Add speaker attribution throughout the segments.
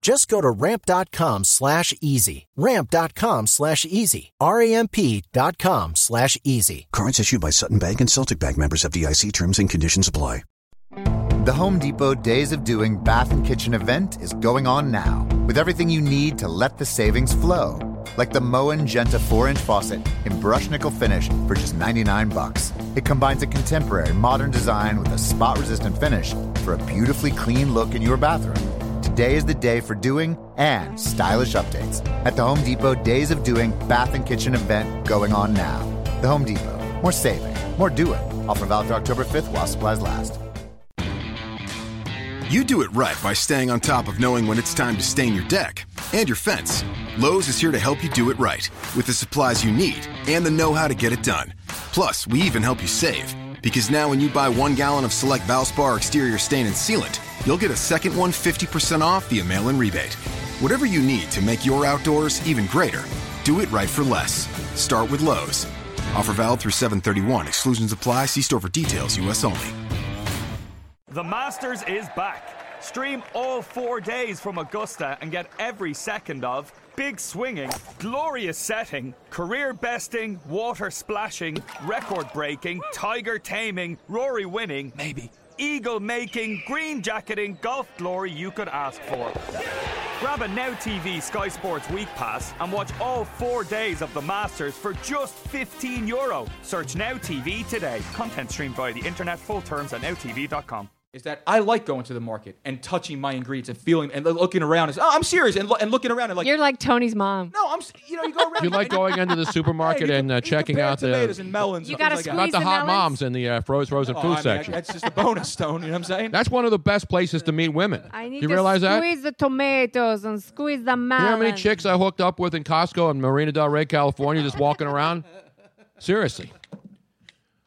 Speaker 1: Just go to ramp.com slash easy. Ramp.com slash easy. R-A-M-P dot com slash easy.
Speaker 2: Cards issued by Sutton Bank and Celtic Bank members of DIC terms and conditions apply.
Speaker 3: The Home Depot Days of Doing Bath and Kitchen event is going on now with everything you need to let the savings flow. Like the Moen Genta 4 inch faucet in brush nickel finish for just 99 bucks. It combines a contemporary modern design with a spot resistant finish for a beautifully clean look in your bathroom. Today is the day for doing and stylish updates at the Home Depot Days of Doing Bath and Kitchen event going on now. The Home Depot. More saving, more doing. Offer valid through October 5th while supplies last.
Speaker 4: You do it right by staying on top of knowing when it's time to stain your deck and your fence. Lowe's is here to help you do it right with the supplies you need and the know how to get it done. Plus, we even help you save because now when you buy one gallon of select Valspar exterior stain and sealant, you'll get a second one 50% off via mail in rebate. Whatever you need to make your outdoors even greater, do it right for less. Start with Lowe's. Offer valid through 731. Exclusions apply. See store for details, U.S. only.
Speaker 5: The Masters is back. Stream all four days from Augusta and get every second of big swinging, glorious setting, career besting, water splashing, record breaking, tiger taming, Rory winning, maybe, eagle making, green jacketing, golf glory you could ask for. Grab a Now TV Sky Sports Week Pass and watch all four days of the Masters for just 15 euro. Search Now TV today. Content streamed via the internet, full terms at nowtv.com.
Speaker 6: is that I like going to the market and touching my ingredients and feeling and looking around. And, oh, I'm serious and, lo- and looking around and like
Speaker 7: You're like Tony's mom.
Speaker 6: no, I'm s- you know you go around.
Speaker 8: You like
Speaker 6: and-
Speaker 8: going into the
Speaker 6: Hey,
Speaker 8: supermarket
Speaker 6: you
Speaker 8: and uh,
Speaker 6: can- you
Speaker 8: checking
Speaker 6: compare
Speaker 8: out
Speaker 6: tomatoes
Speaker 8: the
Speaker 6: and melons.
Speaker 7: You
Speaker 6: and
Speaker 7: gotta
Speaker 6: things like
Speaker 8: not
Speaker 6: that.
Speaker 8: the
Speaker 7: Squeeze
Speaker 8: hot
Speaker 7: the melons?
Speaker 8: moms in the uh, froze frozen
Speaker 6: Oh,
Speaker 8: food
Speaker 6: I mean,
Speaker 8: section.
Speaker 6: That's just a bonus stone. You know what I'm saying?
Speaker 8: That's one of the best places to meet women.
Speaker 7: I need
Speaker 8: Do you
Speaker 7: to
Speaker 8: realize that?
Speaker 7: squeeze the tomatoes and squeeze the
Speaker 8: You
Speaker 7: melon.
Speaker 8: know how many chicks I hooked up with in Costco and Marina Del Rey, California, just walking around? Seriously.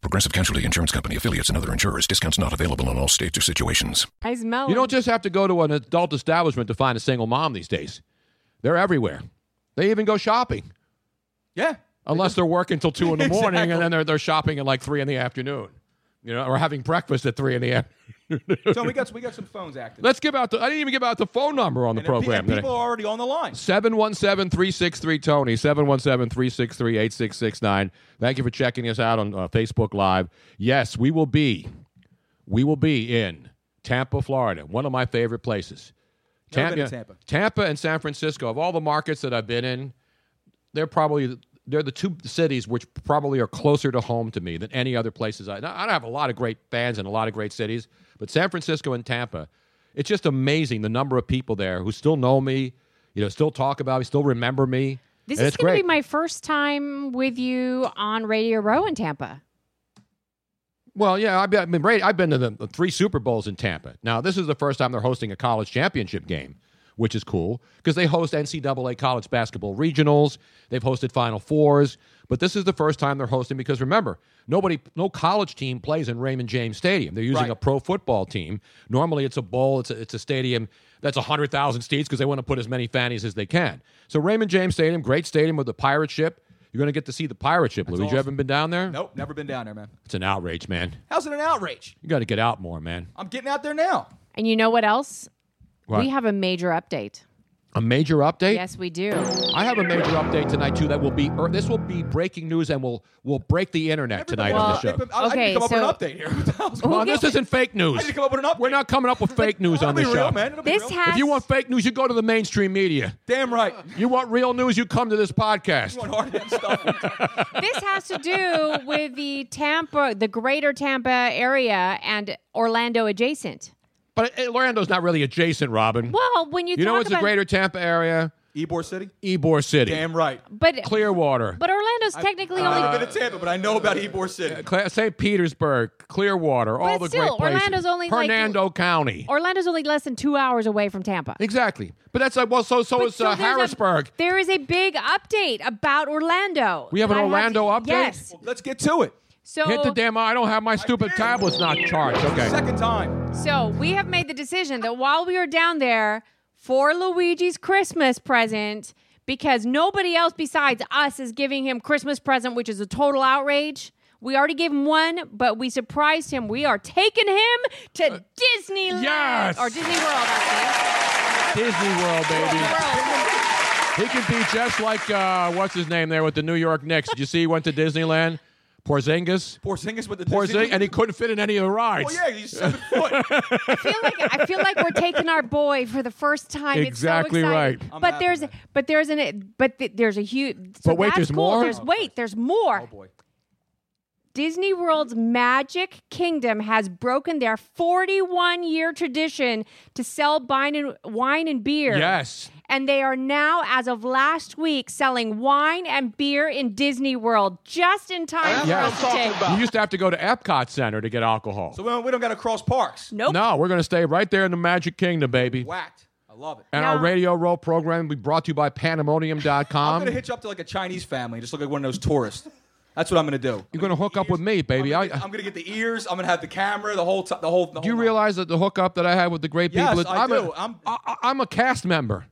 Speaker 9: Progressive Casualty Insurance Company affiliates and other insurers. Discounts not available in all states or situations.
Speaker 7: I smell.
Speaker 8: You
Speaker 7: it.
Speaker 8: don't just have to go to an adult establishment to find a single mom these days. They're everywhere. They even go shopping,
Speaker 6: yeah.
Speaker 8: unless they're working till 2 in the morning and then they're, they're shopping at like 3 in the afternoon, you know, or having breakfast at 3 in the afternoon.
Speaker 6: So we got we got some phones active.
Speaker 8: Let's give out the, I didn't even give out the phone number on
Speaker 6: And
Speaker 8: the
Speaker 6: if pe-
Speaker 8: program
Speaker 6: and people
Speaker 8: today.
Speaker 6: are already on the line.
Speaker 8: 717 363 Tony, 717 363 8669. Thank you for checking us out on uh, Facebook Live. Yes, we will be. We will be in Tampa, Florida, one of my favorite places.
Speaker 6: Never been to Tampa.
Speaker 8: Tampa and San Francisco, of all the markets that I've been in, they're probably they're the two cities which probably are closer to home to me than any other places. I, now, I have a lot of great fans in a lot of great cities, but San Francisco and Tampa, it's just amazing the number of people there who still know me, you know, still talk about me, still remember me.
Speaker 7: This
Speaker 8: and
Speaker 7: is
Speaker 8: it's
Speaker 7: going to
Speaker 8: great.
Speaker 7: be my first time with you on Radio Row in Tampa.
Speaker 8: Well, yeah, I've been, I've been, right, I've been to the, the three Super Bowls in Tampa. Now, this is the first time they're hosting a college championship game, which is cool because they host NCAA college basketball regionals. They've hosted Final Fours, but this is the first time they're hosting because remember, nobody, no college team plays in Raymond James Stadium. They're using
Speaker 6: Right.
Speaker 8: a pro football team. Normally, it's a bowl, it's a, it's a stadium that's 100,000 seats because they want to put as many fannies as they can. So, Raymond James Stadium, great stadium with the pirate ship. You're going to get to see the pirate ship, Louis. You
Speaker 6: awesome.
Speaker 8: haven't been down there?
Speaker 6: Nope, never been down there, man.
Speaker 8: It's an outrage, man.
Speaker 6: How's it an outrage?
Speaker 8: You got to get out more, man.
Speaker 6: I'm getting out there now.
Speaker 7: And you know what else?
Speaker 8: What?
Speaker 7: We have a major update.
Speaker 8: A major update?
Speaker 7: Yes, we do.
Speaker 8: I have a major update tonight too. That will be er, this will be breaking news and will will break the internet tonight on the
Speaker 7: Well,
Speaker 8: show.
Speaker 6: I, I need to
Speaker 7: Okay,
Speaker 6: come up with
Speaker 7: so-
Speaker 6: an update here. Who
Speaker 8: Come on,
Speaker 7: gets-
Speaker 8: this isn't fake news.
Speaker 6: I need to come up with an update.
Speaker 8: We're not coming up with fake news on
Speaker 6: It'll
Speaker 8: the
Speaker 6: be
Speaker 8: show.
Speaker 6: real, man. It'll be
Speaker 7: This
Speaker 6: real.
Speaker 7: has
Speaker 8: If you want fake news, you go to the mainstream media.
Speaker 6: Damn right.
Speaker 8: You want real news, you come to this podcast.
Speaker 6: You want hard hitting stuff.
Speaker 7: this has to do with the Tampa, the greater Tampa area and Orlando adjacent.
Speaker 8: But uh, Orlando's not really adjacent, Robin.
Speaker 7: Well, when you,
Speaker 8: you
Speaker 7: talk
Speaker 8: know it's the
Speaker 7: about,
Speaker 8: greater Tampa area,
Speaker 6: Ybor City.
Speaker 8: Ybor City,
Speaker 6: Damn right.
Speaker 7: but
Speaker 8: Clearwater,
Speaker 7: but Orlando's technically
Speaker 6: I've never
Speaker 7: only
Speaker 8: Uh,
Speaker 6: been to Tampa, but I know about Ybor City.
Speaker 8: Cla- St. Petersburg, Clearwater, all the
Speaker 7: still,
Speaker 8: great places.
Speaker 7: Orlando's only, like,
Speaker 8: Hernando County.
Speaker 7: Orlando's only less than two hours away from Tampa.
Speaker 8: exactly. But that's like well, so so
Speaker 7: But
Speaker 8: is
Speaker 7: so
Speaker 8: uh,
Speaker 7: there's a-
Speaker 8: Harrisburg.
Speaker 7: there is a big update about Orlando.
Speaker 8: We have an
Speaker 7: I
Speaker 8: Orlando update?
Speaker 7: Yes.
Speaker 6: Let's get to it.
Speaker 7: So
Speaker 8: Hit the damn! I don't have my stupid
Speaker 6: did.
Speaker 8: tablet's not charged. Okay.
Speaker 6: Second time.
Speaker 7: So we have made the decision that while we are down there for Luigi's Christmas present, because nobody else besides us is giving him Christmas present, which is a total outrage. We already gave him one, but we surprised him. We are taking him to Disneyland
Speaker 8: Uh, yes!
Speaker 7: or Disney World. Actually.
Speaker 8: Disney World, baby.
Speaker 7: World.
Speaker 8: He can be just like uh, what's his name there with the New York Knicks. Did you see he went to Disneyland? Porzingis.
Speaker 6: Porzingis with the
Speaker 8: Porzingis, and he couldn't fit in any of the rides.
Speaker 6: Well, Oh, yeah, he's seven foot.
Speaker 7: I feel like I feel like we're taking our boy for the first time.
Speaker 8: Exactly
Speaker 7: it's so
Speaker 8: right.
Speaker 7: exciting.
Speaker 8: I'm
Speaker 7: But
Speaker 6: happy,
Speaker 7: there's
Speaker 6: man.
Speaker 7: but there's an but th- there's a huge.
Speaker 8: But wait, there's more?
Speaker 7: There's wait, there's more.
Speaker 6: Oh boy.
Speaker 7: Disney World's Magic Kingdom has broken their 41 year tradition to sell wine and, wine and beer.
Speaker 8: Yes.
Speaker 7: And they are now, as of last week, selling wine and beer in Disney World just in time
Speaker 8: Yes.
Speaker 7: for us to take.
Speaker 8: You used to have to go to Epcot Center to get alcohol.
Speaker 6: So we don't, we don't got to cross parks.
Speaker 7: Nope.
Speaker 8: No, we're going to stay right there in the Magic Kingdom, baby.
Speaker 6: Whacked. I love it.
Speaker 8: And
Speaker 7: No.
Speaker 8: our radio row program will be brought to you by
Speaker 6: I'm
Speaker 8: Panamonium.com.
Speaker 6: gonna hitch up to like a Chinese family, just look like one of those tourists. That's what I'm gonna do.
Speaker 8: You're going to hook up with me, baby. I,
Speaker 6: I'm gonna, I'm gonna get the ears. I'm gonna have the camera. The whole. T- the whole. The
Speaker 8: do you
Speaker 6: whole
Speaker 8: realize that the hookup that I had with the great
Speaker 6: Yes,
Speaker 8: people? is-
Speaker 6: I
Speaker 8: I'm
Speaker 6: do.
Speaker 8: A,
Speaker 6: I'm-
Speaker 8: I, I- I'm a cast member.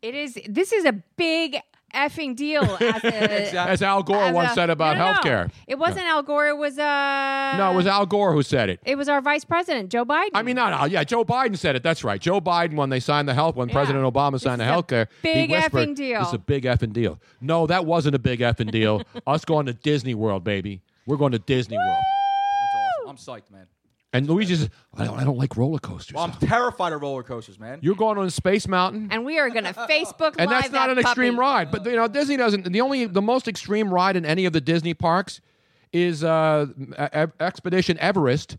Speaker 7: It is. This is a big effing deal. As a,
Speaker 8: As Al Gore
Speaker 7: as
Speaker 8: once
Speaker 7: a-
Speaker 8: said about
Speaker 7: No, no, no.
Speaker 8: healthcare.
Speaker 7: It wasn't Al Gore. It was. Uh,
Speaker 8: No, it was Al Gore who said it.
Speaker 7: It was our vice president, Joe Biden.
Speaker 8: I mean, not Al. Yeah, Joe Biden said it. That's right. Joe Biden, when they signed the health, when
Speaker 7: Yeah.
Speaker 8: President Obama
Speaker 7: This
Speaker 8: signed the
Speaker 7: is a
Speaker 8: health care,
Speaker 7: big
Speaker 8: he whispered,
Speaker 7: effing deal.
Speaker 8: It's a big effing deal. No, that wasn't a big effing deal. Us going to Disney World, baby. We're going to Disney World.
Speaker 6: That's awesome. I'm psyched, man.
Speaker 8: And Luigi says, I don't, I don't like roller coasters.
Speaker 6: Well, I'm terrified of roller coasters, man.
Speaker 8: You're going on Space Mountain.
Speaker 7: and we are going to Facebook
Speaker 8: and
Speaker 7: live
Speaker 8: that's not
Speaker 7: that
Speaker 8: an extreme
Speaker 7: puppy.
Speaker 8: ride. But you know, Disney doesn't. The only, the most extreme ride in any of the Disney parks is uh, E- Expedition Everest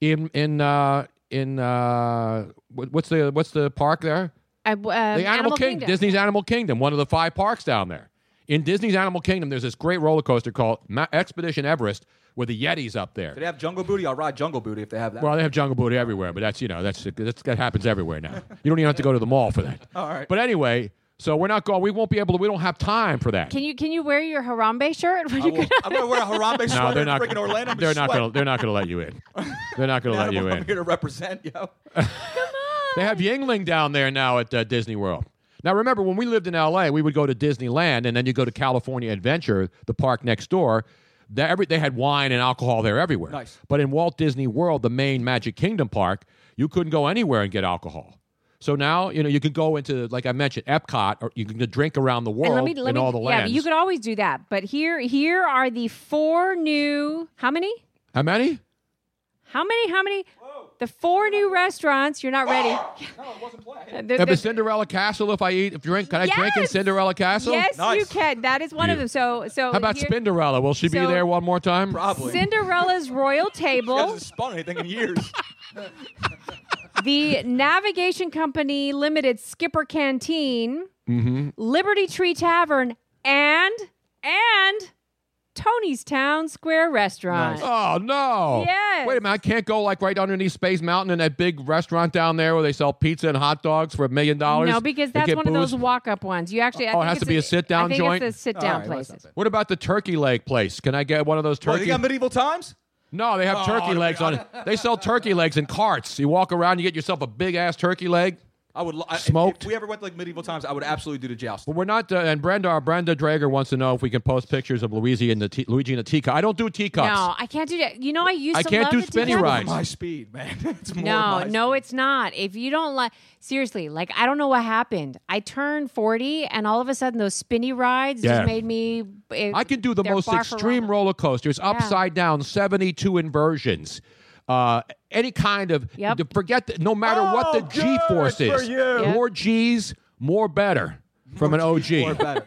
Speaker 8: in in uh, in uh, what- what's the what's the park there?
Speaker 7: Uh, w- um,
Speaker 8: The Animal, Kingdom. Disney's Animal Kingdom, one of the five parks down there. In Disney's Animal Kingdom, there's this great roller coaster called Ma- Expedition Everest, where the Yeti's up there.
Speaker 6: If they have Jungle Booty, I'll ride Jungle Booty if they have that.
Speaker 8: Well, they have jungle booty everywhere, but that's you know that's, that's that happens everywhere now. You don't even have to go to the mall for that. All
Speaker 6: right.
Speaker 8: But anyway, so we're not going. We won't be able to. We don't have time for that.
Speaker 7: Can you can you wear your Harambe shirt? When
Speaker 6: I
Speaker 7: you
Speaker 6: will,
Speaker 7: go-
Speaker 6: I'm gonna wear a Harambe sweater
Speaker 8: no, they're
Speaker 6: in
Speaker 8: not.
Speaker 6: freaking Orlando.
Speaker 8: They're not going. to They're not going to let you in. They're not going to let you
Speaker 6: I'm
Speaker 8: in.
Speaker 6: here to represent, yo.
Speaker 8: They have Yingling down there now at uh, Disney World. Now, remember, when we lived in LA, we would go to Disneyland and then you go to California Adventure, the park next door. They, every, they had wine and alcohol there everywhere.
Speaker 6: Nice.
Speaker 8: But in Walt Disney World, the main Magic Kingdom park, you couldn't go anywhere and get alcohol. So now, you know, you can go into, like I mentioned, Epcot, or you can drink around the world
Speaker 7: and let me, let
Speaker 8: in
Speaker 7: me,
Speaker 8: all the
Speaker 7: yeah, but
Speaker 8: lands.
Speaker 7: you could always do that. But here here are the four new how many?
Speaker 8: How many?
Speaker 7: How many? How many? The four new restaurants. You're not ready. The-
Speaker 8: If
Speaker 7: the-
Speaker 8: it's Cinderella Castle, if I eat, if drink, can I drink in
Speaker 7: Yes!
Speaker 8: Cinderella Castle?
Speaker 7: yes, you
Speaker 6: Nice.
Speaker 7: can. That is one of
Speaker 8: Yeah.
Speaker 7: them. So so
Speaker 8: How about
Speaker 7: here-
Speaker 8: Spinderella? Will she be
Speaker 7: So-
Speaker 8: there one more time?
Speaker 6: Probably.
Speaker 7: Cinderella's Royal
Speaker 6: She
Speaker 7: Table,
Speaker 6: hasn't spun anything in years. Oh,
Speaker 7: the Navigation Company Limited Skipper Canteen,
Speaker 8: Mm-hmm.
Speaker 7: Liberty Tree Tavern, and and Tony's Town Square Restaurant.
Speaker 8: Oh no!
Speaker 7: Yes.
Speaker 8: Wait a minute, I can't go like right underneath Space Mountain in that big restaurant down there where they sell pizza and hot dogs for a million dollars.
Speaker 7: No, because
Speaker 8: and
Speaker 7: that's
Speaker 8: get
Speaker 7: one of those
Speaker 8: booze?
Speaker 7: walk-up ones. You actually, I
Speaker 8: Oh, it
Speaker 7: think
Speaker 8: has
Speaker 7: it's
Speaker 8: to be a sit-down
Speaker 7: I think
Speaker 8: joint?
Speaker 7: It's a
Speaker 6: All
Speaker 7: sit-down
Speaker 6: right, well,
Speaker 7: place.
Speaker 6: that's not
Speaker 8: What about the turkey leg place? Can I get one of those
Speaker 6: Well, you
Speaker 8: turkey?
Speaker 6: Oh, got medieval times?
Speaker 8: no, they have turkey legs on it. They sell turkey legs in carts. You walk around, you get yourself a big ass turkey leg.
Speaker 6: I would lo- I, if-
Speaker 8: Smoked?
Speaker 6: If we ever went to like medieval times, I would absolutely do the joust.
Speaker 8: But we're not. Uh, and Brenda, our Brenda Drager wants to know if we can post pictures of Luigi and the tea, Luigi and the teacup. I don't do teacups.
Speaker 7: No, I can't do that. You know, I used
Speaker 8: I
Speaker 7: to
Speaker 8: can't
Speaker 7: love
Speaker 8: do
Speaker 7: the
Speaker 8: spinny
Speaker 7: teacup.
Speaker 8: rides.
Speaker 6: My speed, man. it's more
Speaker 7: No,
Speaker 6: my
Speaker 7: no, it's not. If you don't like, seriously, like I don't know what happened. I turned forty, and all of a sudden, those spinny rides
Speaker 8: Yeah.
Speaker 7: just made me. it-
Speaker 8: I can do the
Speaker 7: they're
Speaker 8: most
Speaker 7: barfarama.
Speaker 8: extreme roller coasters, upside down, seventy-two inversions, uh, any kind of.
Speaker 7: Yep.
Speaker 8: Forget the, no matter what the
Speaker 6: Oh, good
Speaker 8: G force
Speaker 6: for
Speaker 8: is,
Speaker 6: you.
Speaker 7: Yeah.
Speaker 8: more G's, more better from an OG.
Speaker 6: Or better.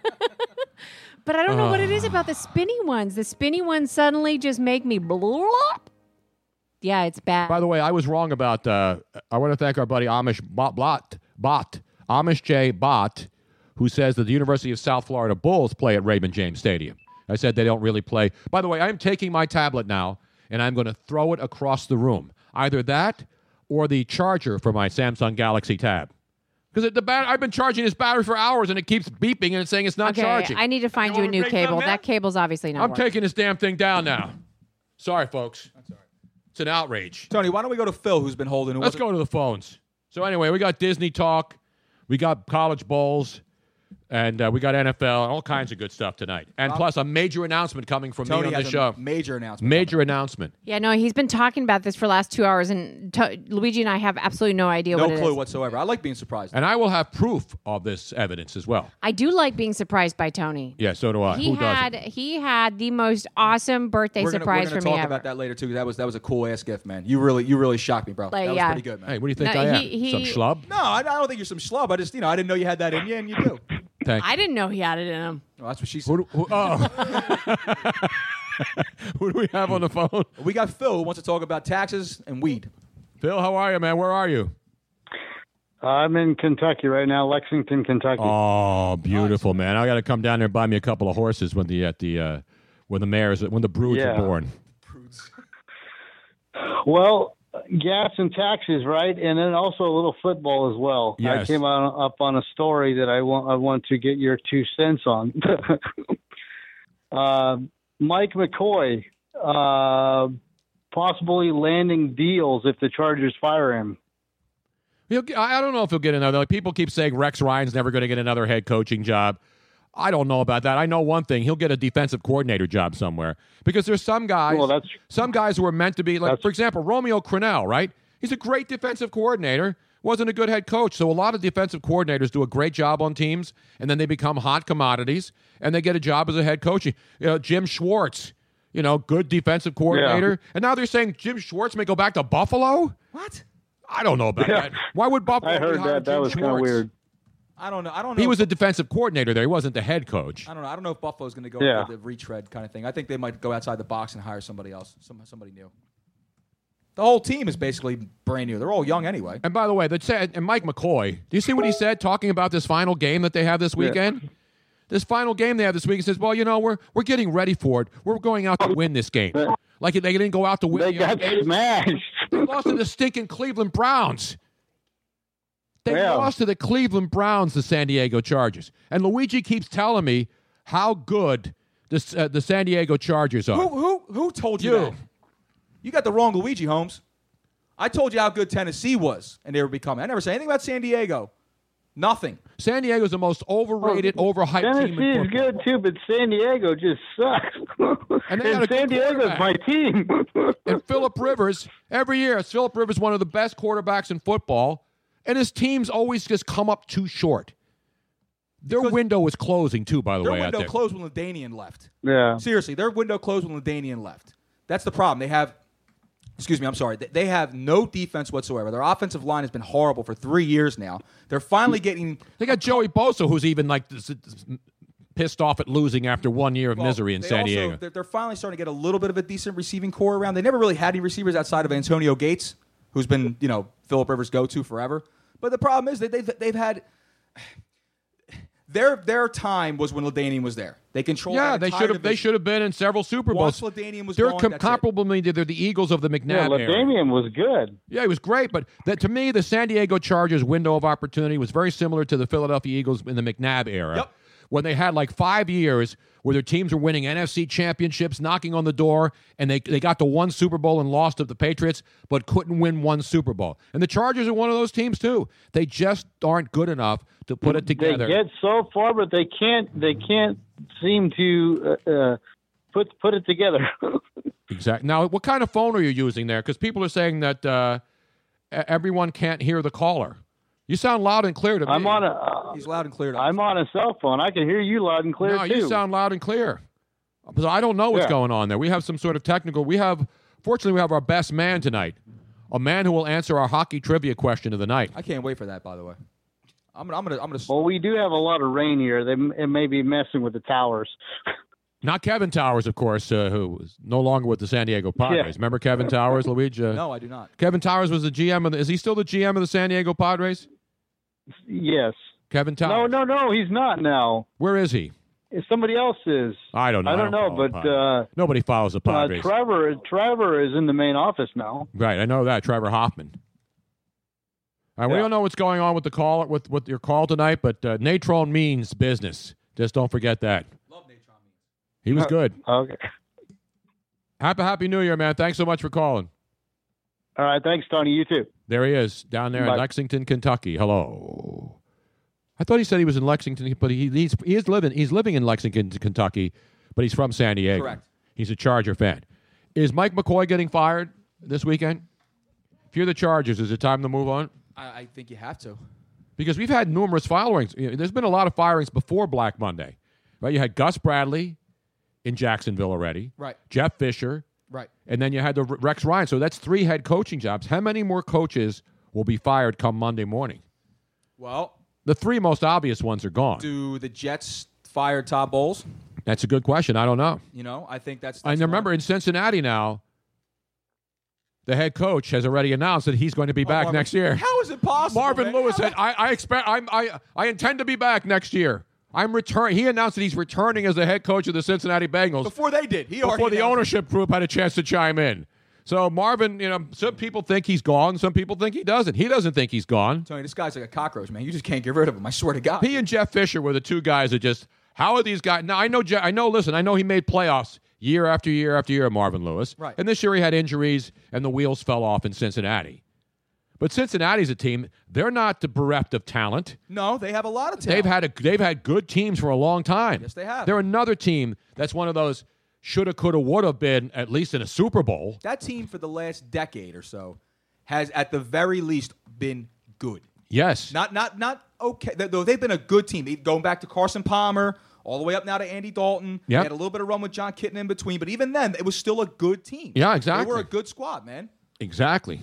Speaker 7: But I don't know what it is about the spinny ones. The spinny ones suddenly just make me blop. Yeah, it's bad.
Speaker 8: By the way, I was wrong about. Uh, I want to thank our buddy Amish Bot Blot Bot Amish J Bot, who says that the University of South Florida Bulls play at Raymond James Stadium. I said they don't really play. By the way, I'm taking my tablet now and I'm going to throw it across the room. Either that or the charger for my Samsung Galaxy Tab. Because the bat- I've been charging this battery for hours and it keeps beeping and it's saying it's not
Speaker 7: okay,
Speaker 8: charging.
Speaker 7: I need to find you,
Speaker 5: You
Speaker 7: a
Speaker 5: wanna
Speaker 7: new
Speaker 5: break that
Speaker 7: cable.
Speaker 5: man?
Speaker 7: That cable's obviously not.
Speaker 8: I'm
Speaker 7: working.
Speaker 8: taking this damn thing down now. Sorry, folks. It's an outrage.
Speaker 6: Tony, why don't we go to Phil, who's been holding?
Speaker 8: Let's go to the phones. So anyway, we got Disney talk, we got college bowls, and uh, we got NFL, all kinds of good stuff tonight. And plus, a major announcement coming from
Speaker 6: Uh, Tony
Speaker 8: me on
Speaker 6: has
Speaker 8: the
Speaker 6: a
Speaker 8: show.
Speaker 6: Major announcement.
Speaker 8: Major announcement.
Speaker 7: Yeah, no, he's been talking about this for the last two hours, and to- Luigi and I have absolutely no idea
Speaker 6: No
Speaker 7: what it
Speaker 6: clue
Speaker 7: is.
Speaker 6: whatsoever. I like being surprised.
Speaker 8: And I will have proof of this evidence as well.
Speaker 7: I do like being surprised by Tony.
Speaker 8: Yeah, so do I.
Speaker 7: He
Speaker 8: Who
Speaker 7: had
Speaker 8: does
Speaker 7: he had the most awesome birthday
Speaker 6: we're gonna,
Speaker 7: surprise
Speaker 6: we're gonna
Speaker 7: for me
Speaker 6: talk
Speaker 7: ever.
Speaker 6: about that later too. That was that was a cool ass gift, man. You really you really shocked me, bro.
Speaker 7: Like,
Speaker 6: that
Speaker 7: yeah.
Speaker 6: was pretty good, man.
Speaker 8: Hey, what do you think
Speaker 7: No,
Speaker 8: I am?
Speaker 7: he- he-
Speaker 8: Some schlub?
Speaker 6: No, I, I don't think you're some schlub. I just you know I didn't know you had that in you, and you do.
Speaker 8: Thank
Speaker 7: I didn't know he had it in him.
Speaker 6: Well, that's what she said.
Speaker 8: Who do, who, oh. who do we have on the phone?
Speaker 6: We got Phil who wants to talk about taxes and weed.
Speaker 8: Phil, how are you, man? Where are you?
Speaker 10: I'm in Kentucky right now, Lexington, Kentucky.
Speaker 8: Oh, beautiful, man! I got to come down there and buy me a couple of horses when the at the uh, when the mares when the broods
Speaker 10: Yeah.
Speaker 8: are born.
Speaker 10: Well, gas and taxes, right? And then also a little football as well.
Speaker 8: Yes.
Speaker 10: I came on, up on a story that I want I want to get your two cents on. uh, Mike McCoy uh, possibly landing deals if the Chargers fire him.
Speaker 8: He'll, get- I I don't know if he'll get another. Like, people keep saying Rex Ryan's never going to get another head coaching job. I don't know about that. I know one thing: he'll get a defensive coordinator job somewhere because there's some guys.
Speaker 10: Well, that's-
Speaker 8: some guys who are meant to be like,
Speaker 10: That's-
Speaker 8: for example, Romeo Crennel. Right? He's a great defensive coordinator. Wasn't a good head coach. So a lot of defensive coordinators do a great job on teams, and then they become hot commodities, and they get a job as a head coach. You know, Jim Schwartz. You know, good defensive coordinator, and now they're saying Jim Schwartz may go back to Buffalo.
Speaker 6: What?
Speaker 8: I don't know about
Speaker 10: Yeah.
Speaker 8: that. Why would Buffalo?
Speaker 10: I heard
Speaker 8: rehire
Speaker 10: that. That
Speaker 8: Jim
Speaker 10: was kind of
Speaker 8: Schwartz?
Speaker 10: weird.
Speaker 6: I don't know. I don't know.
Speaker 8: He was
Speaker 6: if-
Speaker 8: a defensive coordinator there. He wasn't the head coach.
Speaker 6: I don't know. I don't know if Buffalo's going to go
Speaker 10: Yeah.
Speaker 6: with the retread kind of thing. I think they might go outside the box and hire somebody else, some, somebody new. The whole team is basically brand new. They're all young anyway.
Speaker 8: And by the way, that said, and Mike McCoy. Do you see what he said talking about this final game that they have this weekend? This final game they have this week. He says, "Well, you know, we're we're getting ready for it. We're going out to win this game. Like they didn't go out to win.
Speaker 10: Oh. They
Speaker 8: the other
Speaker 10: got
Speaker 8: game.
Speaker 10: smashed.
Speaker 8: They lost to the stinking Cleveland Browns. They
Speaker 10: Yeah.
Speaker 8: lost to the Cleveland Browns, the San Diego Chargers. And Luigi keeps telling me how good this, uh, the San Diego Chargers are.
Speaker 6: Who who who told you?
Speaker 8: You.
Speaker 6: that? You got the wrong Luigi Holmes. I told you how good Tennessee was, and they were becoming. I never said anything about San Diego. Nothing.
Speaker 8: San Diego's the most overrated, overhyped team
Speaker 10: Oh, Tennessee
Speaker 8: in
Speaker 10: is
Speaker 8: football.
Speaker 10: good too, but San Diego just sucks.
Speaker 8: And
Speaker 10: And,
Speaker 8: they got a
Speaker 10: San
Speaker 8: good
Speaker 10: Diego's
Speaker 8: quarterback.
Speaker 10: my team.
Speaker 8: And Philip Rivers, every year, it's Philip Rivers one of the best quarterbacks in football, and his teams always just come up too short. Their window is closing too, by the
Speaker 6: Their
Speaker 8: way. out
Speaker 6: window
Speaker 8: there.
Speaker 6: closed when Ladanian left.
Speaker 8: Um,
Speaker 10: yeah.
Speaker 6: Seriously, their window closed when Ladanian left. That's the problem. They have, excuse me, I'm sorry. They- They have no defense whatsoever. Their offensive line has been horrible for three years now. They're finally getting
Speaker 8: they got Joey Bosa, who's even like this- this- pissed off at losing after one year of
Speaker 6: well,
Speaker 8: misery in
Speaker 6: they
Speaker 8: San
Speaker 6: also-
Speaker 8: Diego.
Speaker 6: They're, they're finally starting to get a little bit of a decent receiving core around. They never really had any receivers outside of Antonio Gates, who's been you know Philip Rivers' go-to forever. But the problem is that they've they've had. Their, their time was when Ladanian was there. They controlled.
Speaker 8: Yeah,
Speaker 6: that
Speaker 8: they
Speaker 6: entire
Speaker 8: should have. They
Speaker 6: division.
Speaker 8: should have been in several Super
Speaker 6: Once
Speaker 8: Bowls.
Speaker 6: Ladainian was
Speaker 8: they're
Speaker 6: gone, that's it.
Speaker 8: comparable. to- They're the Eagles of the
Speaker 10: Yeah,
Speaker 8: McNabb era.
Speaker 10: Ladanian was good.
Speaker 8: Yeah, he was great, but that to me, the San Diego Chargers window of opportunity was very similar to the Philadelphia Eagles in the McNabb era,
Speaker 6: Yep.
Speaker 8: when they had like five years where their teams were winning NFC championships, knocking on the door, and they, they got to one Super Bowl and lost to the Patriots, but couldn't win one Super Bowl. And the Chargers are one of those teams, too. They just aren't good enough to put it together.
Speaker 10: They get so far, but they can't. They can't seem to uh, uh, put put it together.
Speaker 8: Exactly. Now, what kind of phone are you using there? Because people are saying that uh, e- everyone can't hear the caller. You sound loud and clear to me.
Speaker 10: I'm on a.
Speaker 6: He's loud and clear.
Speaker 10: I'm on a cell phone. I can hear you loud and clear
Speaker 8: No,
Speaker 10: too.
Speaker 8: you sound loud and clear. So I don't know what's
Speaker 10: Yeah.
Speaker 8: going on there. We have some sort of technical. We have, fortunately, we have our best man tonight, a man who will answer our hockey trivia question of the night.
Speaker 6: I can't wait for that. By the way, I'm gonna, I'm gonna, I'm gonna.
Speaker 10: well, we do have a lot of rain here. They it may be messing with the towers.
Speaker 8: Not Kevin Towers, of course, uh, who is no longer with the San Diego Padres.
Speaker 10: Yeah.
Speaker 8: Remember Kevin Towers, Luigi?
Speaker 6: No, I do not.
Speaker 8: Kevin Towers was the GM of the. Is he still the GM of the San Diego Padres?
Speaker 10: Yes.
Speaker 8: Kevin
Speaker 10: No,
Speaker 8: Towers.
Speaker 10: no, no. He's not now.
Speaker 8: Where is he?
Speaker 10: It's somebody else is.
Speaker 8: I don't know.
Speaker 10: I don't know,
Speaker 8: follow the
Speaker 10: but,
Speaker 8: Padres. nobody follows the
Speaker 10: Uh,
Speaker 8: Padres.
Speaker 10: Trevor Trevor is in the main office now.
Speaker 8: Right, I know that Trevor Hoffman. All right, We
Speaker 10: Yeah.
Speaker 8: don't know what's going on with the call with with your call tonight, but uh, Natron means business. Just don't forget that. Love Natron He was good.
Speaker 10: Oh, Okay.
Speaker 8: Happy Happy New Year, man! Thanks so much for calling.
Speaker 10: All right. Thanks, Tony. You too.
Speaker 8: There he is down there in
Speaker 10: Bye.
Speaker 8: Lexington, Kentucky. Hello. I thought he said he was in Lexington, but he he's, he is living he's living in Lexington, Kentucky, but he's from San Diego.
Speaker 6: Correct.
Speaker 8: He's a Charger fan. Is Mike McCoy getting fired this weekend? If you're the Chargers, is it time to move on?
Speaker 6: I, I think you have to.
Speaker 8: because we've had numerous firings. You know, There's been a lot of firings before Black Monday, right? You had Gus Bradley in Jacksonville already,
Speaker 6: Right.
Speaker 8: Jeff Fisher,
Speaker 6: Right.
Speaker 8: and then you had the R- Rex Ryan. So that's three head coaching jobs. How many more coaches will be fired come Monday morning?
Speaker 6: Well,
Speaker 8: The three most obvious ones are gone.
Speaker 6: do the Jets fire Todd Bowles?
Speaker 8: That's a good question. I don't know.
Speaker 6: You know, I think that's.
Speaker 8: And
Speaker 6: that's
Speaker 8: remember,
Speaker 6: one.
Speaker 8: in Cincinnati now, the head coach has already announced that he's going to be back
Speaker 6: Marvin-
Speaker 8: next year.
Speaker 6: How is it possible?
Speaker 8: Marvin
Speaker 6: man?
Speaker 8: Lewis
Speaker 6: How-
Speaker 8: said, "I, I expect I'm, I I intend to be back next year. I'm return." He announced that he's returning as the head coach of the Cincinnati Bengals
Speaker 6: before they did. He
Speaker 8: before
Speaker 6: already
Speaker 8: the
Speaker 6: announced-
Speaker 8: ownership group had a chance to chime in. So Marvin, you know, some people think he's gone, some people think he doesn't. He doesn't think he's gone.
Speaker 6: Tony, this guy's like a cockroach, man. You just can't get rid of him. I swear to God.
Speaker 8: He and Jeff Fisher were the two guys that just how are these guys? Now I know Jeff, I know. Listen, I know he made playoffs year after year after year. Marvin Lewis,
Speaker 6: Right.
Speaker 8: And this year he had injuries and the wheels fell off in Cincinnati. But Cincinnati's a team; they're not bereft of talent.
Speaker 6: no, they have a lot of talent.
Speaker 8: They've had a, they've had good teams for a long time.
Speaker 6: Yes, they have.
Speaker 8: They're another team that's one of those shoulda, coulda, woulda been at least in a Super Bowl.
Speaker 6: that team for the last decade or so has, at the very least, been good.
Speaker 8: Yes,
Speaker 6: Not not not okay. th- Though they've been a good team. They- Going back to Carson Palmer, all the way up now to Andy Dalton. They
Speaker 8: Yep.
Speaker 6: had a little bit of run with John Kitten in between, but even then, it was still a good team.
Speaker 8: Yeah,
Speaker 6: They were
Speaker 8: exactly.
Speaker 6: a good squad, man.
Speaker 8: exactly.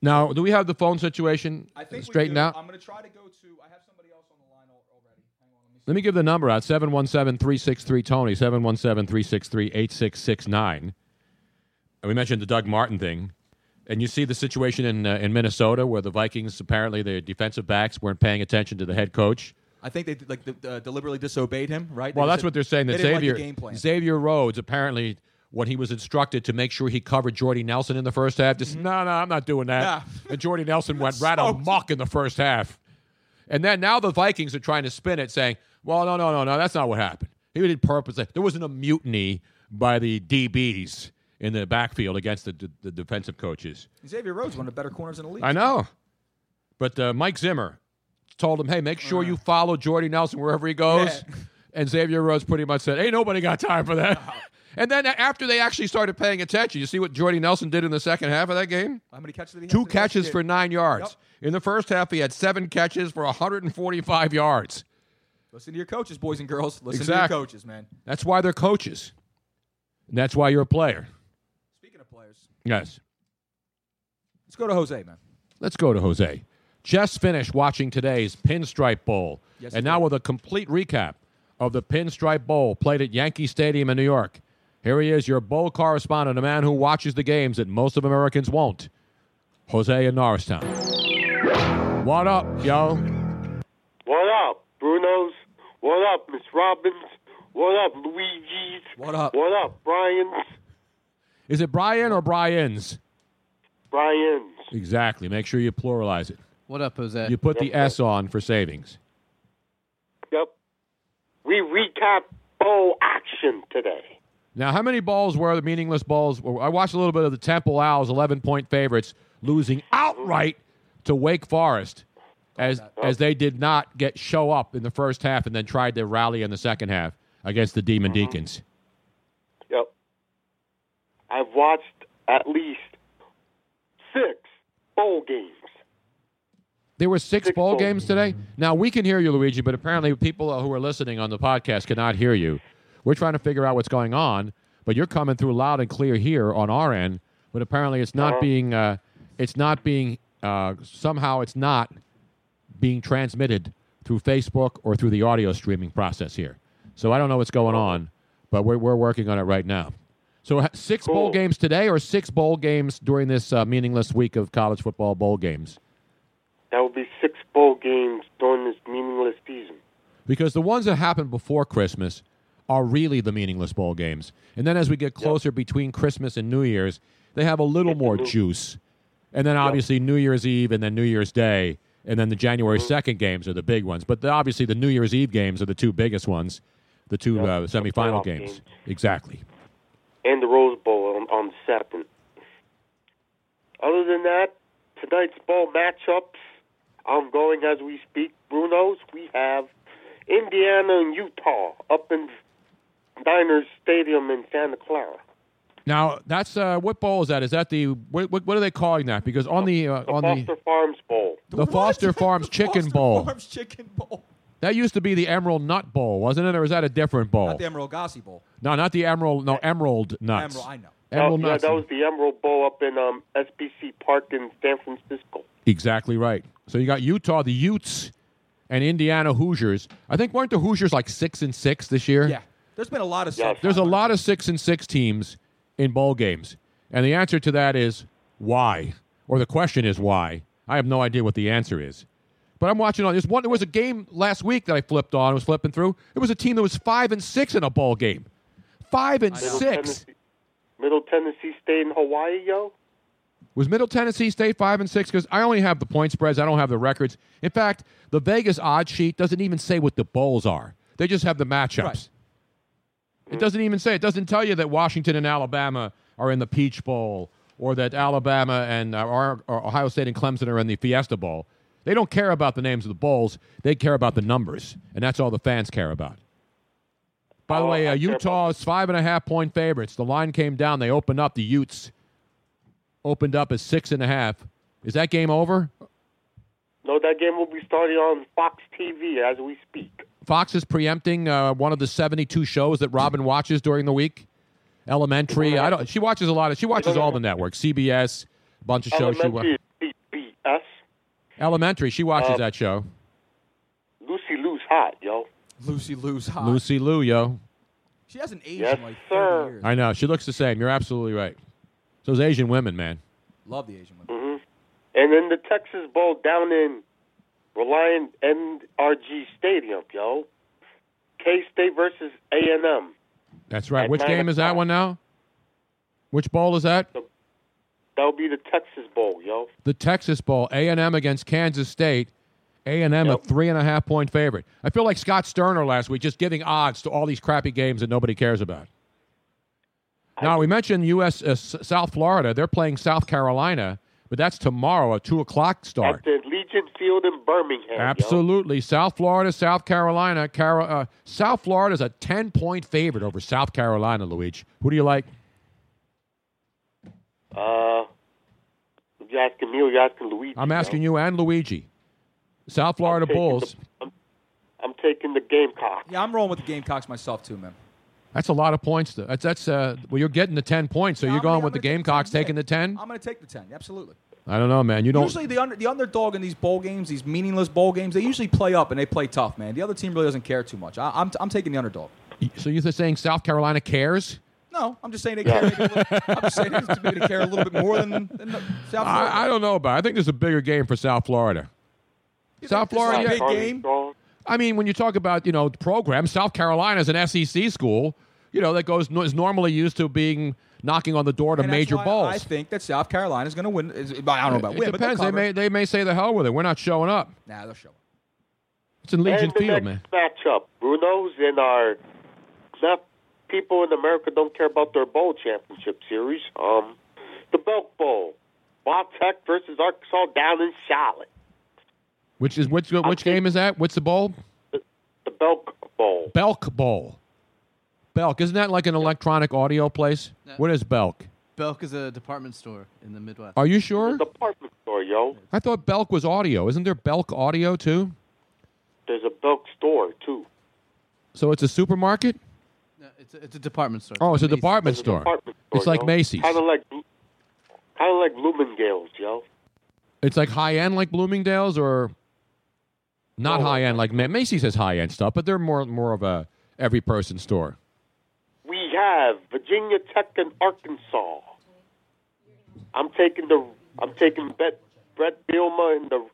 Speaker 8: Now, do we have the phone situation
Speaker 6: I think we
Speaker 8: straightened
Speaker 6: do. Um,
Speaker 8: out?
Speaker 6: I'm going to try to go to. I have somebody else on the line al- already. Hang on, let me see.
Speaker 8: Let me give the number out 717 363 Tony, 717 363 8669. We mentioned the Doug Martin thing. And you see the situation in, uh, in Minnesota where the Vikings, apparently, their defensive backs weren't paying attention to the head coach.
Speaker 6: I think they did, like the, uh, deliberately disobeyed him, right?
Speaker 8: Well,
Speaker 6: They
Speaker 8: that's
Speaker 6: said-
Speaker 8: what they're saying.
Speaker 6: they
Speaker 8: That
Speaker 6: didn't like the
Speaker 8: Xavier
Speaker 6: game plan.
Speaker 8: Xavier Rhodes apparently, when he was instructed to make sure he covered Jordy Nelson in the first half,
Speaker 6: Mm-hmm.
Speaker 8: just no, no, I'm not doing that.
Speaker 6: Yeah.
Speaker 8: and Jordy Nelson went right amok in the first half. And then now the Vikings are trying to spin it, saying, "Well, no, no, no, no, that's not what happened. He did purpose. There wasn't a mutiny by the DBs in the backfield against the, the, the defensive coaches."
Speaker 6: Xavier Rhodes, one of the better corners in the league.
Speaker 8: I know. But uh, Mike Zimmer told him, hey, make sure you follow Jordy Nelson wherever he goes.
Speaker 6: Yeah.
Speaker 8: And Xavier Rhodes pretty much said, ain't nobody got time for that. and then a- after they actually started paying attention, you see what Jordy Nelson did in the second half of that game?
Speaker 6: How many catches did he have
Speaker 8: Two
Speaker 6: today?
Speaker 8: catches for nine yards. In the first half, he had seven catches for 145 yards.
Speaker 6: Listen to your coaches, boys and girls. Listen to
Speaker 8: Exactly.
Speaker 6: your coaches, man.
Speaker 8: That's why they're coaches. And that's why you're a player.
Speaker 6: Speaking of players,
Speaker 8: Yes.
Speaker 6: let's go to Jose, man.
Speaker 8: Let's go to Jose. Just finished watching today's Pinstripe Bowl.
Speaker 6: Yes, he
Speaker 8: and now with a complete recap of the Pinstripe Bowl played at Yankee Stadium in New York. Here he is, your bowl correspondent, a man who watches the games that most of Americans won't. Jose in Norristown. What up, yo?
Speaker 11: What up, Bruno's? What up, Miss Robbins? What up, Luigi's?
Speaker 6: What up?
Speaker 11: What up, Brian's?
Speaker 8: Is it Brian or Brian's?
Speaker 11: Brian's.
Speaker 8: Exactly. Make sure you pluralize it.
Speaker 12: What up, Jose?
Speaker 8: You put the S on for savings.
Speaker 11: Yeah, We recap bowl action today.
Speaker 8: Now, how many balls were the meaningless balls? Well, I watched a little bit of the Temple Owls, 11 point favorites, losing outright to Wake Forest as, as they did not get show up in the first half and then tried to rally in the second half against the Demon Deacons.
Speaker 11: Yep. I've watched at least six bowl games.
Speaker 8: There were six, bowl games today. Now we can hear you, Luigi, but apparently people who are listening on the podcast cannot hear you. We're trying to figure out what's going on, but you're coming through loud and clear here on our end. But apparently, it's not
Speaker 11: Uh-huh.
Speaker 8: being. Uh, it's not being. Uh, somehow, it's not being transmitted through Facebook or through the audio streaming process here. So I don't know what's going on, but we're we're working on it right now. So ha- six bowl games today, or six bowl games during this uh, meaningless week of college football bowl games.
Speaker 11: That will be six bowl games during this meaningless season.
Speaker 8: because the ones that happen before Christmas are really the meaningless bowl games. And then as we get closer between Christmas and New Year's, they have a little more juice. And then obviously New Year's Eve and then New Year's Day and then the January 2nd games are the big ones. But the, obviously the New Year's Eve games are the two biggest ones, the two uh, semifinal
Speaker 11: playoff
Speaker 8: games.
Speaker 11: games.
Speaker 8: Exactly.
Speaker 11: and the Rose Bowl on, on the second. Other than that, tonight's ball matchups ongoing as we speak. Bruno's, we have Indiana and Utah up in Diners Stadium in Santa Clara.
Speaker 8: Now, that's uh, what bowl is that? Is that the what, what, what are they calling that? Because on the uh, on the
Speaker 11: Foster Farms Bowl.
Speaker 8: the Foster Farms Chicken Bowl.
Speaker 6: Chicken Bowl.
Speaker 8: That used to be the Emerald Nut Bowl, wasn't it? Or is that a different bowl?
Speaker 6: Not the Emerald Gossi Bowl.
Speaker 8: No, not the emerald. No, emerald nuts.
Speaker 6: Emerald, I know.
Speaker 8: Emerald
Speaker 11: Oh, yeah,
Speaker 8: nuts.
Speaker 11: that was the Emerald Bowl up in um, SBC Park in San Francisco.
Speaker 8: exactly right. So you got Utah, the Utes, and Indiana Hoosiers. I think weren't the Hoosiers like six and six this year? Yeah.
Speaker 6: There's been a lot of stuff.
Speaker 8: There's a lot of six and six teams in bowl games, and the answer to that is why, or the question is why. I have no idea what the answer is, but I'm watching on. There's one. There was a game last week that I flipped on. I was flipping through. It was a team that was five and six in a bowl game. Five and
Speaker 11: Middle
Speaker 8: six.
Speaker 11: Tennessee, Middle Tennessee State in Hawaii, yo.
Speaker 8: Was Middle Tennessee State five and six? Because I only have the point spreads. I don't have the records. In fact, the Vegas odd sheet doesn't even say what the bowls are. They just have the matchups. It doesn't even say. It doesn't tell you that Washington and Alabama are in the Peach Bowl, or that Alabama and uh, or, or Ohio State and Clemson are in the Fiesta Bowl. They don't care about the names of the bowls. They care about the numbers, and that's all the fans care about. By the way, uh, Utah is five and a half point favorites. The line came down. They opened up. The Utes opened up as six and a half. Is that game over?
Speaker 11: No, that game will be starting on Fox TV as we speak.
Speaker 8: Fox is preempting uh, one of the 72 shows that Robin watches during the week. Elementary. I don't. She watches a lot of. She watches all the networks. CBS, a bunch of shows. She
Speaker 11: Elementary
Speaker 8: wa-
Speaker 11: is CBS.
Speaker 8: Elementary. She watches
Speaker 11: Uh,
Speaker 8: that show.
Speaker 11: Lucy Lou's hot, yo.
Speaker 6: Lucy Lou's hot.
Speaker 8: Lucy Liu, yo.
Speaker 6: She hasn't aged
Speaker 11: Yes,
Speaker 6: in like 30
Speaker 11: sir.
Speaker 6: years.
Speaker 8: I know. She looks the same. You're absolutely right. So those Asian women, man.
Speaker 6: Love the Asian women.
Speaker 11: hmm And then the Texas Bowl down in Reliant NRG Stadium, yo. K State versus A and M.
Speaker 8: That's right.
Speaker 11: At
Speaker 8: Which
Speaker 11: nine
Speaker 8: game is that
Speaker 11: o'clock.
Speaker 8: one now? Which bowl is that?
Speaker 11: That'll be the Texas Bowl, yo.
Speaker 8: the Texas Bowl, A and M against Kansas State. A and M a three and a half point favorite. I feel like Scott Sterner last week, just giving odds to all these crappy games that nobody cares about. Now we mentioned U.S. Uh, S- South Florida. They're playing South Carolina, but that's tomorrow, a two o'clock
Speaker 11: At
Speaker 8: start.
Speaker 11: the Legion Field in Birmingham.
Speaker 8: Absolutely, South Florida, South Carolina. Car- uh, South Florida's a ten point favorite over South Carolina. Luigi, who do you like?
Speaker 11: Yo. Uh, if you asking me or you asking Luigi?
Speaker 8: I'm asking you and Luigi. South Florida
Speaker 11: taking the-
Speaker 8: Bulls.
Speaker 11: I'm taking the Gamecock.
Speaker 6: Yeah, I'm rolling with the Gamecocks myself too, man.
Speaker 8: That's a lot of points. Though. That's that's uh, well, you're getting the ten points, so you're going with the Gamecocks taking the ten.
Speaker 6: I'm going to take the 10. Absolutely.
Speaker 8: I don't know, man. You don't.
Speaker 6: Usually the under, the underdog in these bowl games, these meaningless bowl games, they usually play up and they play tough, man. The other team really doesn't care too much. I, I'm, I'm taking the underdog.
Speaker 8: so you're saying South Carolina cares?
Speaker 6: No, I'm just saying they care. Maybe a little, I'm just saying they maybe they care a little bit more than, than the South Florida.
Speaker 8: I, I don't know about. It. I think there's a bigger game for South Florida. South Florida.
Speaker 6: This is a
Speaker 8: yeah.
Speaker 6: big game.
Speaker 8: I mean, when you talk about you know the program, South Carolina is an SEC school. You know that goes is normally used to being knocking on the door to
Speaker 6: And that's
Speaker 8: major
Speaker 6: why
Speaker 8: bowls.
Speaker 6: I think that South Carolina's going to win. is- I don't know about
Speaker 8: it
Speaker 6: win,
Speaker 8: depends.
Speaker 6: but
Speaker 8: They may they may say the hell with it. We're not showing up.
Speaker 6: Nah, they'll show.
Speaker 8: It's in Legion
Speaker 11: and the next
Speaker 8: Field, man.
Speaker 11: Matchup: Bruno's in our. Not people in America don't care about their bowl championship series. Um, the Belk Bowl, Bob Tech versus Arkansas down in Charlotte.
Speaker 8: Which is which? Which game is that? What's the bowl?
Speaker 11: The Belk Bowl.
Speaker 8: Belk Bowl. Belk. Isn't that like an electronic audio place? What is Belk?
Speaker 12: Belk is a department store in the Midwest.
Speaker 8: Are you sure?
Speaker 11: Department store, yo.
Speaker 8: I thought Belk was audio. Isn't there Belk audio too?
Speaker 11: There's a Belk store too.
Speaker 8: So it's a supermarket.
Speaker 12: It's a, it's a department store.
Speaker 8: Oh, it's a
Speaker 12: Macy's.
Speaker 8: department store. It's like Macy's.
Speaker 11: Kind of like, kind of like Bloomingdale's, yo.
Speaker 8: It's like high end, like Bloomingdale's, or
Speaker 11: Oh,
Speaker 8: not high end, like Ma- Macy's has high end stuff, but they're more more of a every person store.
Speaker 11: We have Virginia Tech and Arkansas. I'm taking the I'm taking Bet, Brett Bielma in the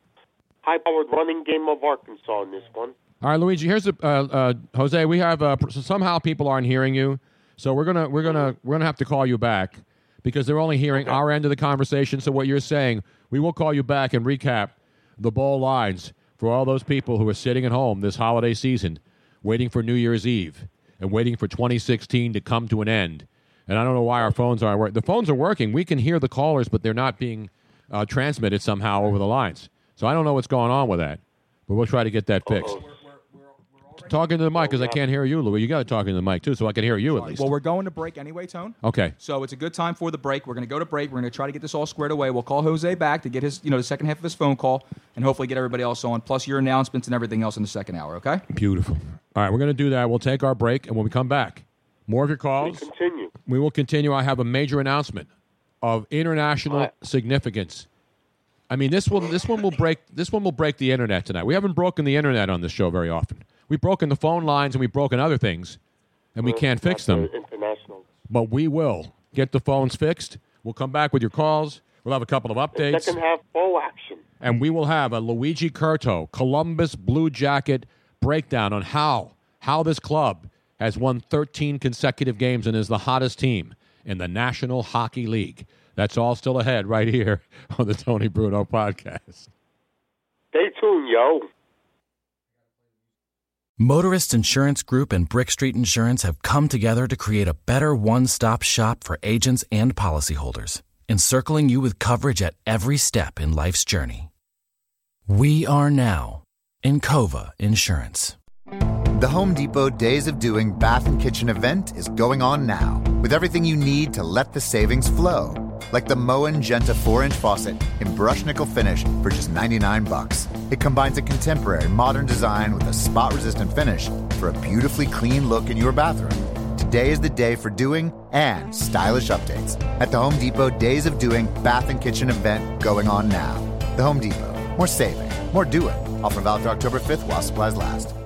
Speaker 11: high-powered running game of Arkansas in this one.
Speaker 8: All right, Luigi. Here's the uh, uh, Jose. We have uh, pr- so somehow people aren't hearing you, so we're gonna we're gonna we're gonna have to call you back because they're only hearing our end of the conversation. So what you're saying, we will call you back and recap the ball lines for all those people who are sitting at home this holiday season, waiting for New Year's Eve and waiting for 2016 to come to an end. And I don't know why our phones aren't working. The phones are working. We can hear the callers, but they're not being uh, transmitted somehow over the lines. So I don't know what's going on with that, but we'll try to get that fixed. Talking to the mic because I can't hear you, Louis. You got to talk into the mic too, so I can hear you at least.
Speaker 6: Well, we're going to break anyway, Tone.
Speaker 8: Okay.
Speaker 6: So it's a good time for the break. We're going to go to break. We're going to try to get this all squared away. We'll call Jose back to get his, you know, the second half of his phone call, and hopefully get everybody else on, plus your announcements and everything else in the second hour. Okay.
Speaker 8: Beautiful. All right, we're going to do that. We'll take our break, and when we come back, more of your calls. We
Speaker 11: continue.
Speaker 8: We will continue. I have a major announcement of international significance. I mean, this will this one will break this one will break the internet tonight. We haven't broken the internet on this show very often. We've broken the phone lines and we've broken other things, and we can't fix them.
Speaker 11: International.
Speaker 8: But we will get the phones fixed. We'll come back with your calls. We'll have a couple of updates
Speaker 11: Second half bowl action.
Speaker 8: and we will have a Luigi Curto Columbus Blue Jacket breakdown on how how this club has won 13 consecutive games and is the hottest team in the National Hockey League. That's all still ahead right here on the Tony Bruno podcast.
Speaker 11: Stay tuned, yo.
Speaker 13: Motorist Insurance Group and Brick Street Insurance have come together to create a better one stop shop for agents and policyholders, encircling you with coverage at every step in life's journey. We are now Encova Insurance.
Speaker 3: The Home Depot Days of Doing Bath and Kitchen event is going on now with everything you need to let the savings flow. Like the Moen Genta 4 inch faucet in brushed nickel finish for just 99 bucks. It combines a contemporary modern design with a spot resistant finish for a beautifully clean look in your bathroom. Today is the day for doing and stylish updates at the Home Depot Days of Doing Bath and Kitchen event going on now. The Home Depot. More saving, more doing. Offer valid through October 5th while supplies last.